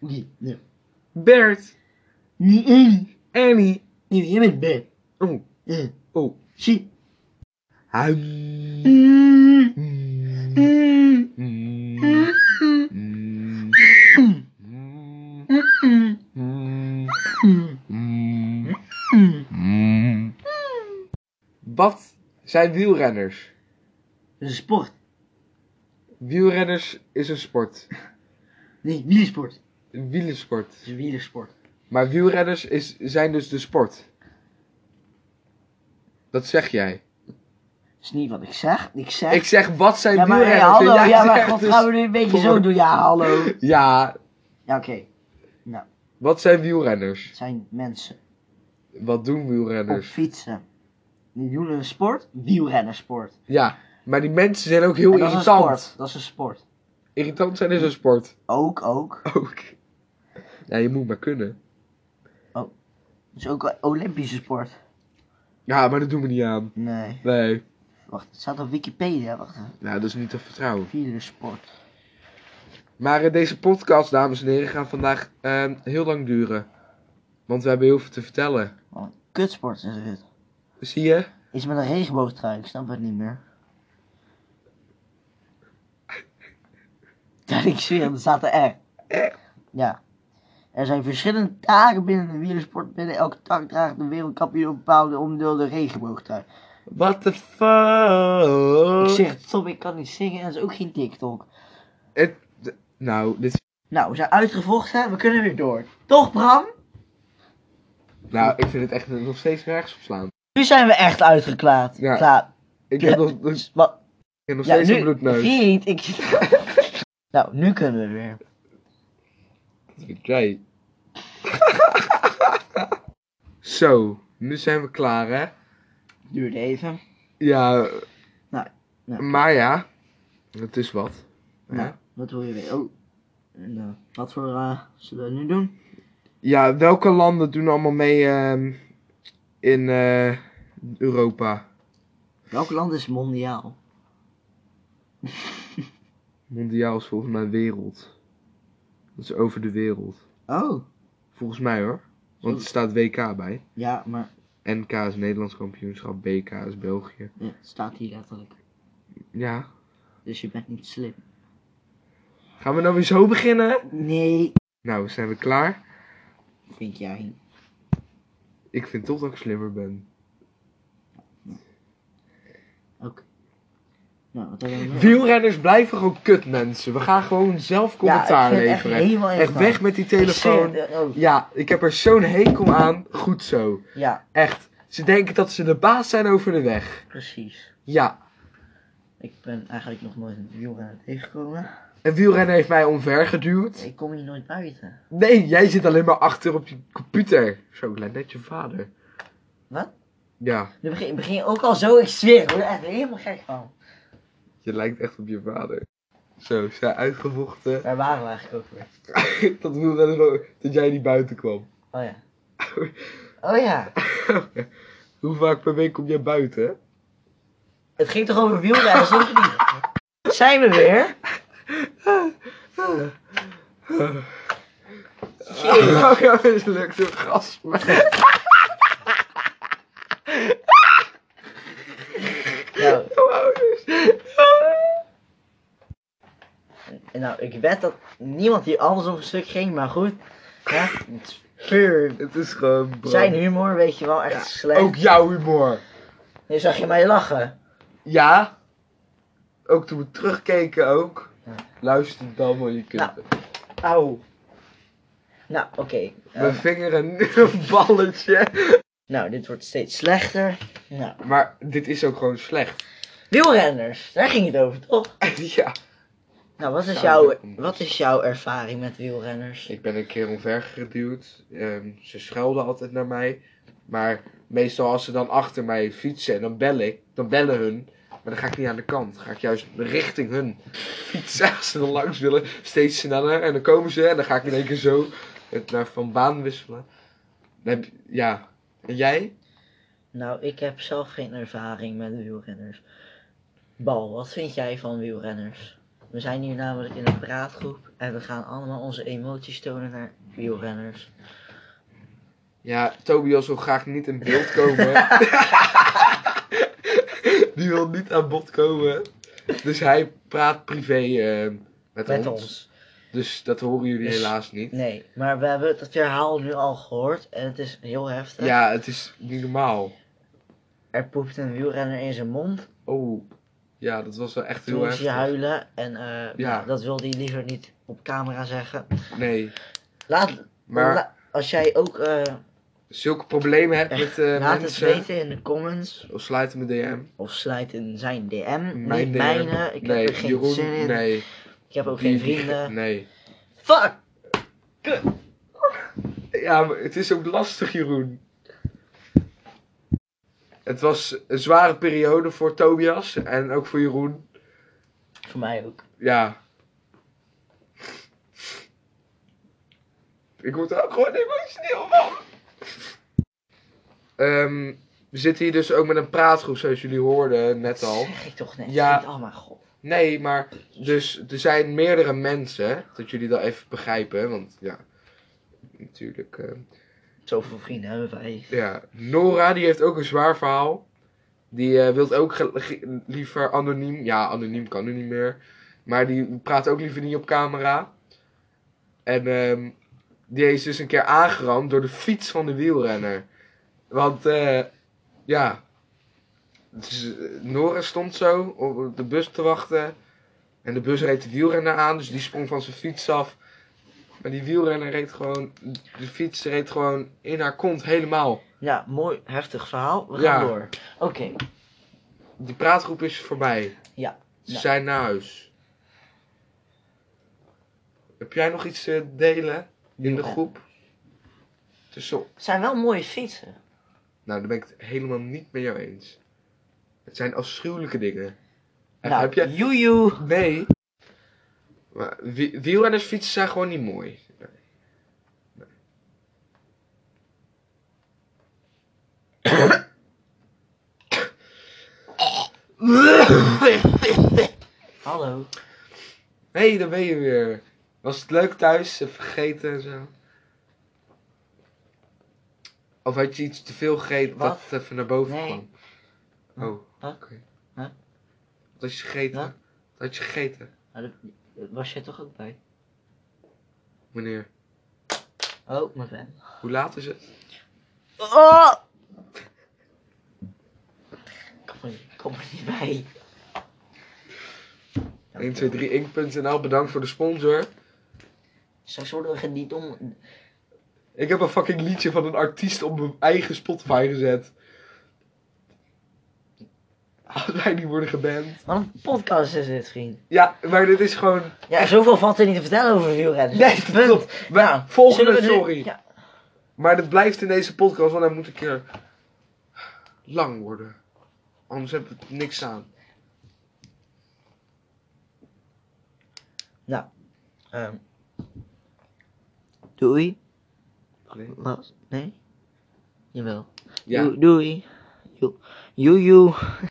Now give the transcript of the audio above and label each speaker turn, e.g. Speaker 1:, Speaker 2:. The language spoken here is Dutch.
Speaker 1: Okay, yeah.
Speaker 2: Bert,
Speaker 1: Ni Annie.
Speaker 2: Annie.
Speaker 1: Ni him and Ben.
Speaker 2: Oh,
Speaker 1: Yeah.
Speaker 2: oh.
Speaker 1: She.
Speaker 2: Huim.
Speaker 1: Mm,
Speaker 2: Mm,
Speaker 1: mm,
Speaker 2: mm,
Speaker 1: mm, mm,
Speaker 2: mm,
Speaker 1: mm,
Speaker 2: mm, mm,
Speaker 1: mm,
Speaker 2: mm,
Speaker 1: mm.
Speaker 2: mm. Wat zijn wielrenners?
Speaker 1: Dat is een sport.
Speaker 2: Wielrenners is een sport.
Speaker 1: Nee, wielersport.
Speaker 2: Een wielersport.
Speaker 1: Het is een wielersport.
Speaker 2: Maar wielrenners is, zijn dus de sport. Dat zeg jij.
Speaker 1: Dat is niet wat ik zeg. Ik zeg...
Speaker 2: Ik zeg, wat zijn
Speaker 1: ja, maar, hey,
Speaker 2: wielrenners? En
Speaker 1: hallo.
Speaker 2: jij
Speaker 1: Ja, maar
Speaker 2: zegt
Speaker 1: god,
Speaker 2: dus-
Speaker 1: gaan we nu een beetje zo
Speaker 2: sport.
Speaker 1: doen? Ja, hallo.
Speaker 2: Ja,
Speaker 1: Ja, oké.
Speaker 2: wat zijn wielrenners?
Speaker 1: Het zijn mensen.
Speaker 2: Wat doen
Speaker 1: Op
Speaker 2: wielrenners?
Speaker 1: fietsen. Die doen een sport. Wielrennersport.
Speaker 2: Ja, maar die mensen zijn ook heel
Speaker 1: En dat is een
Speaker 2: irritant.
Speaker 1: sport. Dat is een sport.
Speaker 2: Irritant zijn is een sport.
Speaker 1: Ook, ook.
Speaker 2: Ook. Ja, je moet maar kunnen.
Speaker 1: Dat is ook een Olympische sport.
Speaker 2: Ja, maar dat doen we niet aan.
Speaker 1: Nee.
Speaker 2: Nee.
Speaker 1: Wacht, het staat op Wikipedia. Wacht even.
Speaker 2: Nou, dat is niet te vertrouwen.
Speaker 1: Wielersport.
Speaker 2: Maar eh, deze podcast, dames en heren, gaat vandaag eh, heel lang duren. Want we hebben heel veel te vertellen.
Speaker 1: Wat een kutsport is het.
Speaker 2: Zie je?
Speaker 1: Iets met een regenboogtrui, ik snap het niet meer. Ja, ik zweer, het, er staat er R.
Speaker 2: Er?
Speaker 1: Ja. Er zijn verschillende taken binnen de wielersport. Binnen elke tak draagt de wereldkampioen een bepaalde onderdeel de regenboogtrui.
Speaker 2: What the fuck?
Speaker 1: Ik zeg, stop, ik kan niet zingen en dat is ook geen TikTok.
Speaker 2: Nou, dit...
Speaker 1: Nou, we zijn uitgevochten, we kunnen weer door. Toch, Bram?
Speaker 2: nou, ik vind het echt nog steeds nergens op slaan.
Speaker 1: Nu zijn we echt uitgeklaard.
Speaker 2: Ja.
Speaker 1: Klaar.
Speaker 2: Ik heb nog, nog, ik
Speaker 1: Wat?
Speaker 2: heb nog
Speaker 1: Ja,
Speaker 2: steeds een
Speaker 1: nu,
Speaker 2: bloedneus.
Speaker 1: vriend, ik... nou, nu kunnen we weer.
Speaker 2: Dat vind jij. Zo, nu zijn we klaar, hè?
Speaker 1: Duurt even.
Speaker 2: Ja,
Speaker 1: Nou, nou.
Speaker 2: maar ja, het is wat.
Speaker 1: Nou,
Speaker 2: Ja.
Speaker 1: wat wil je weten? Oh, en, eh, wat voor eh, zullen we nu doen?
Speaker 2: ja, welke landen doen allemaal mee ehm, in eh, Europa?
Speaker 1: Welk land is mondiaal?
Speaker 2: Mondiaal is volgens mij wereld. Dat is over de wereld.
Speaker 1: Oh,
Speaker 2: Volgens mij hoor. Want er staat WK bij.
Speaker 1: ja, maar
Speaker 2: NK is Nederlands kampioenschap, BK is België.
Speaker 1: ja, het staat hier letterlijk.
Speaker 2: Ja.
Speaker 1: Dus je bent niet slim.
Speaker 2: Gaan we nou weer zo beginnen?
Speaker 1: Nee,
Speaker 2: Nou, zijn we klaar?
Speaker 1: vind jij.
Speaker 2: Ik vind toch dat ik slimmer ben.
Speaker 1: Oké. Nou, wat hebben we nog?
Speaker 2: Wielrenners blijven gewoon kut mensen. We gaan gewoon zelf commentaar
Speaker 1: ja, ik vind het
Speaker 2: leveren.
Speaker 1: Echt, helemaal
Speaker 2: Echt
Speaker 1: irritant.
Speaker 2: weg met die
Speaker 1: Ik zweer
Speaker 2: telefoon.
Speaker 1: het, eh, oh,
Speaker 2: Ja, ik heb er zo'n hekel aan. Goed zo.
Speaker 1: ja,
Speaker 2: Echt. Ze denken dat ze de baas zijn over de weg.
Speaker 1: precies.
Speaker 2: Ja.
Speaker 1: Ik ben eigenlijk nog nooit een wielrenner tegengekomen.
Speaker 2: Een wielrenner heeft mij omvergeduwd.
Speaker 1: Ik kom hier nooit buiten.
Speaker 2: Nee, jij zit alleen maar achter op je computer. Zo, ik lijk net je vader.
Speaker 1: Wat?
Speaker 2: Ja,
Speaker 1: Nu begin, begin je ook al zo, ik zweer, ik word er echt helemaal gek van.
Speaker 2: je lijkt echt op je vader. Zo, zij uitgevochten.
Speaker 1: Waar waren we eigenlijk ook weer?
Speaker 2: dat wielrenner dat jij niet buiten kwam.
Speaker 1: Oh ja. Oh ja.
Speaker 2: Hoe vaak per week kom jij buiten?
Speaker 1: Het ging toch over wielrenners, of niet? Zijn we weer?
Speaker 2: Oh, ja, mislukt een gasme.
Speaker 1: Nou,
Speaker 2: Jouw ouders.
Speaker 1: nou, ik weet dat niemand hier anders op een stuk ging, maar goed. Ja, het is puur
Speaker 2: Het is gewoon. bro.
Speaker 1: zijn humor, weet je wel, echt slecht.
Speaker 2: Ook jouw humor.
Speaker 1: Nu zag je mij lachen.
Speaker 2: Ja. Ook toen we terugkeken ook.
Speaker 1: Ja.
Speaker 2: Luister dan maar je kunt.
Speaker 1: Nou, Auw. Nou, oké. eh,
Speaker 2: Mijn vinger en een balletje.
Speaker 1: nou, dit wordt steeds slechter. Nou,
Speaker 2: Maar dit is ook gewoon slecht.
Speaker 1: wielrenners, daar ging het over, toch?
Speaker 2: ja.
Speaker 1: Nou, wat is,
Speaker 2: Zou
Speaker 1: jouw,
Speaker 2: dit moeten
Speaker 1: wat is jouw ervaring met wielrenners?
Speaker 2: Ik ben een keer omvergeduwd. Ehm, ze schelden altijd naar mij. Maar meestal als ze dan achter mij fietsen en dan bel ik, dan bellen hun. Maar dan ga ik niet aan de kant. Dan ga ik juist richting hun fietsen. Als ze dan langs willen, steeds sneller. En dan komen ze en dan ga ik in één keer zo het naar van baan wisselen. Dan heb je- ja. En jij?
Speaker 1: Nou, ik heb zelf geen ervaring met wielrenners. Bal, wat vind jij van wielrenners? We zijn hier namelijk in een praatgroep en we gaan allemaal onze emoties tonen naar wielrenners.
Speaker 2: Ja, Tobias wil graag niet in beeld komen. Die wil niet aan bod komen. Dus hij praat privé eh, met,
Speaker 1: Met
Speaker 2: ons.
Speaker 1: ons.
Speaker 2: Dus dat horen jullie
Speaker 1: Dus-
Speaker 2: helaas niet.
Speaker 1: Nee, maar we hebben het verhaal nu al gehoord en het is heel heftig.
Speaker 2: Ja, het is niet normaal.
Speaker 1: Er poept een wielrenner in zijn mond.
Speaker 2: Oh, ja, dat was wel echt heel
Speaker 1: Toen moest hij
Speaker 2: heftig.
Speaker 1: huilen en eh,
Speaker 2: Ja.
Speaker 1: nou, dat wilde hij liever niet op camera zeggen.
Speaker 2: Nee,
Speaker 1: Laat,
Speaker 2: maar
Speaker 1: la- als jij ook eh,
Speaker 2: zulke problemen hebt
Speaker 1: echt,
Speaker 2: met eh,
Speaker 1: laat het
Speaker 2: mensen...
Speaker 1: weten in de comments.
Speaker 2: Of sluit hem een DM.
Speaker 1: Of slijt in zijn DM.
Speaker 2: Mijn
Speaker 1: Mijn
Speaker 2: DM.
Speaker 1: mijne. Ik
Speaker 2: nee,
Speaker 1: heb er geen
Speaker 2: Jeroen,
Speaker 1: zin in.
Speaker 2: nee.
Speaker 1: Ik heb ook geen
Speaker 2: Die-
Speaker 1: vrienden.
Speaker 2: Nee.
Speaker 1: Fuck!
Speaker 2: Ja, maar het is ook lastig, Jeroen. Het was een zware periode voor Tobias en ook voor Jeroen.
Speaker 1: Voor mij ook.
Speaker 2: Ja. Ik word er ook gewoon emotioneel van. Ehm, we zitten hier dus ook met een praatgroep, zoals jullie hoorden net
Speaker 1: Dat
Speaker 2: al.
Speaker 1: zeg ik toch net.
Speaker 2: Ja.
Speaker 1: Ja. Oh mijn god.
Speaker 2: Nee, maar dus er zijn meerdere mensen, dat jullie dat even begrijpen, want ja, natuurlijk. eh,
Speaker 1: Zoveel vrienden hebben wij.
Speaker 2: Ja, Nora die heeft ook een zwaar verhaal. Die eh, wilt ook ge- ge- liever anoniem. Ja, anoniem kan nu niet meer. Maar die praat ook liever niet op camera. En ehm, die is dus een keer aangerand door de fiets van de wielrenner. Want eh, ja, dus, eh, Nora stond zo op de bus te wachten. En de bus reed de wielrenner aan, dus die sprong van zijn fiets af. Maar die wielrenner reed gewoon, de fiets reed gewoon in haar kont helemaal.
Speaker 1: Ja, mooi, heftig verhaal. We gaan
Speaker 2: Ja.
Speaker 1: door. Oké,
Speaker 2: De praatgroep is voorbij.
Speaker 1: Ja,
Speaker 2: Ze
Speaker 1: ja.
Speaker 2: zijn naar huis. Heb jij nog iets te delen in de
Speaker 1: Ja.
Speaker 2: groep? Tussen...
Speaker 1: het zijn wel mooie fietsen.
Speaker 2: Nou, daar ben ik het helemaal niet met jou eens. Het zijn afschuwelijke dingen. En
Speaker 1: nou,
Speaker 2: heb jij...
Speaker 1: joejoe.
Speaker 2: Nee. Maar wi- wielrenners fietsen zijn gewoon niet mooi. Nee. Nee.
Speaker 1: Hallo.
Speaker 2: Hé, hey, daar ben je weer. Was het leuk thuis? Even gegeten en zo? Of had je iets te veel gegeten dat
Speaker 1: Wat?
Speaker 2: het even naar boven
Speaker 1: Nee.
Speaker 2: kwam?
Speaker 1: Huh?
Speaker 2: Oh,
Speaker 1: Huh?
Speaker 2: oké.
Speaker 1: Huh?
Speaker 2: Wat had je gegeten?
Speaker 1: Huh?
Speaker 2: Wat had je gegeten?
Speaker 1: Nou, dat- Was jij toch ook bij?
Speaker 2: Meneer,
Speaker 1: Oh, mijn fan.
Speaker 2: hoe laat is het?
Speaker 1: Oh! Kom er, kom er niet bij.
Speaker 2: 1, 2, 3, ink.nl, bedankt voor de sponsor.
Speaker 1: Straks worden we geniet om.
Speaker 2: Ik heb een fucking liedje van een artiest op mijn eigen Spotify gezet. Als wij niet worden geband.
Speaker 1: Wat een podcast is dit, vriend.
Speaker 2: Ja, maar dit is gewoon...
Speaker 1: Ja, zoveel valt er niet te vertellen over wielrennen. Nou,
Speaker 2: Nee, klopt. Wij- volgende, sorry.
Speaker 1: Ja.
Speaker 2: Maar dat blijft in deze podcast, want hij moet een keer lang worden. Anders hebben we er niks aan.
Speaker 1: ehm. doei.
Speaker 2: Nee.
Speaker 1: Wat? Nee? Jawel.
Speaker 2: Ja.
Speaker 1: Doei. Doei. Joe- Joe. joe.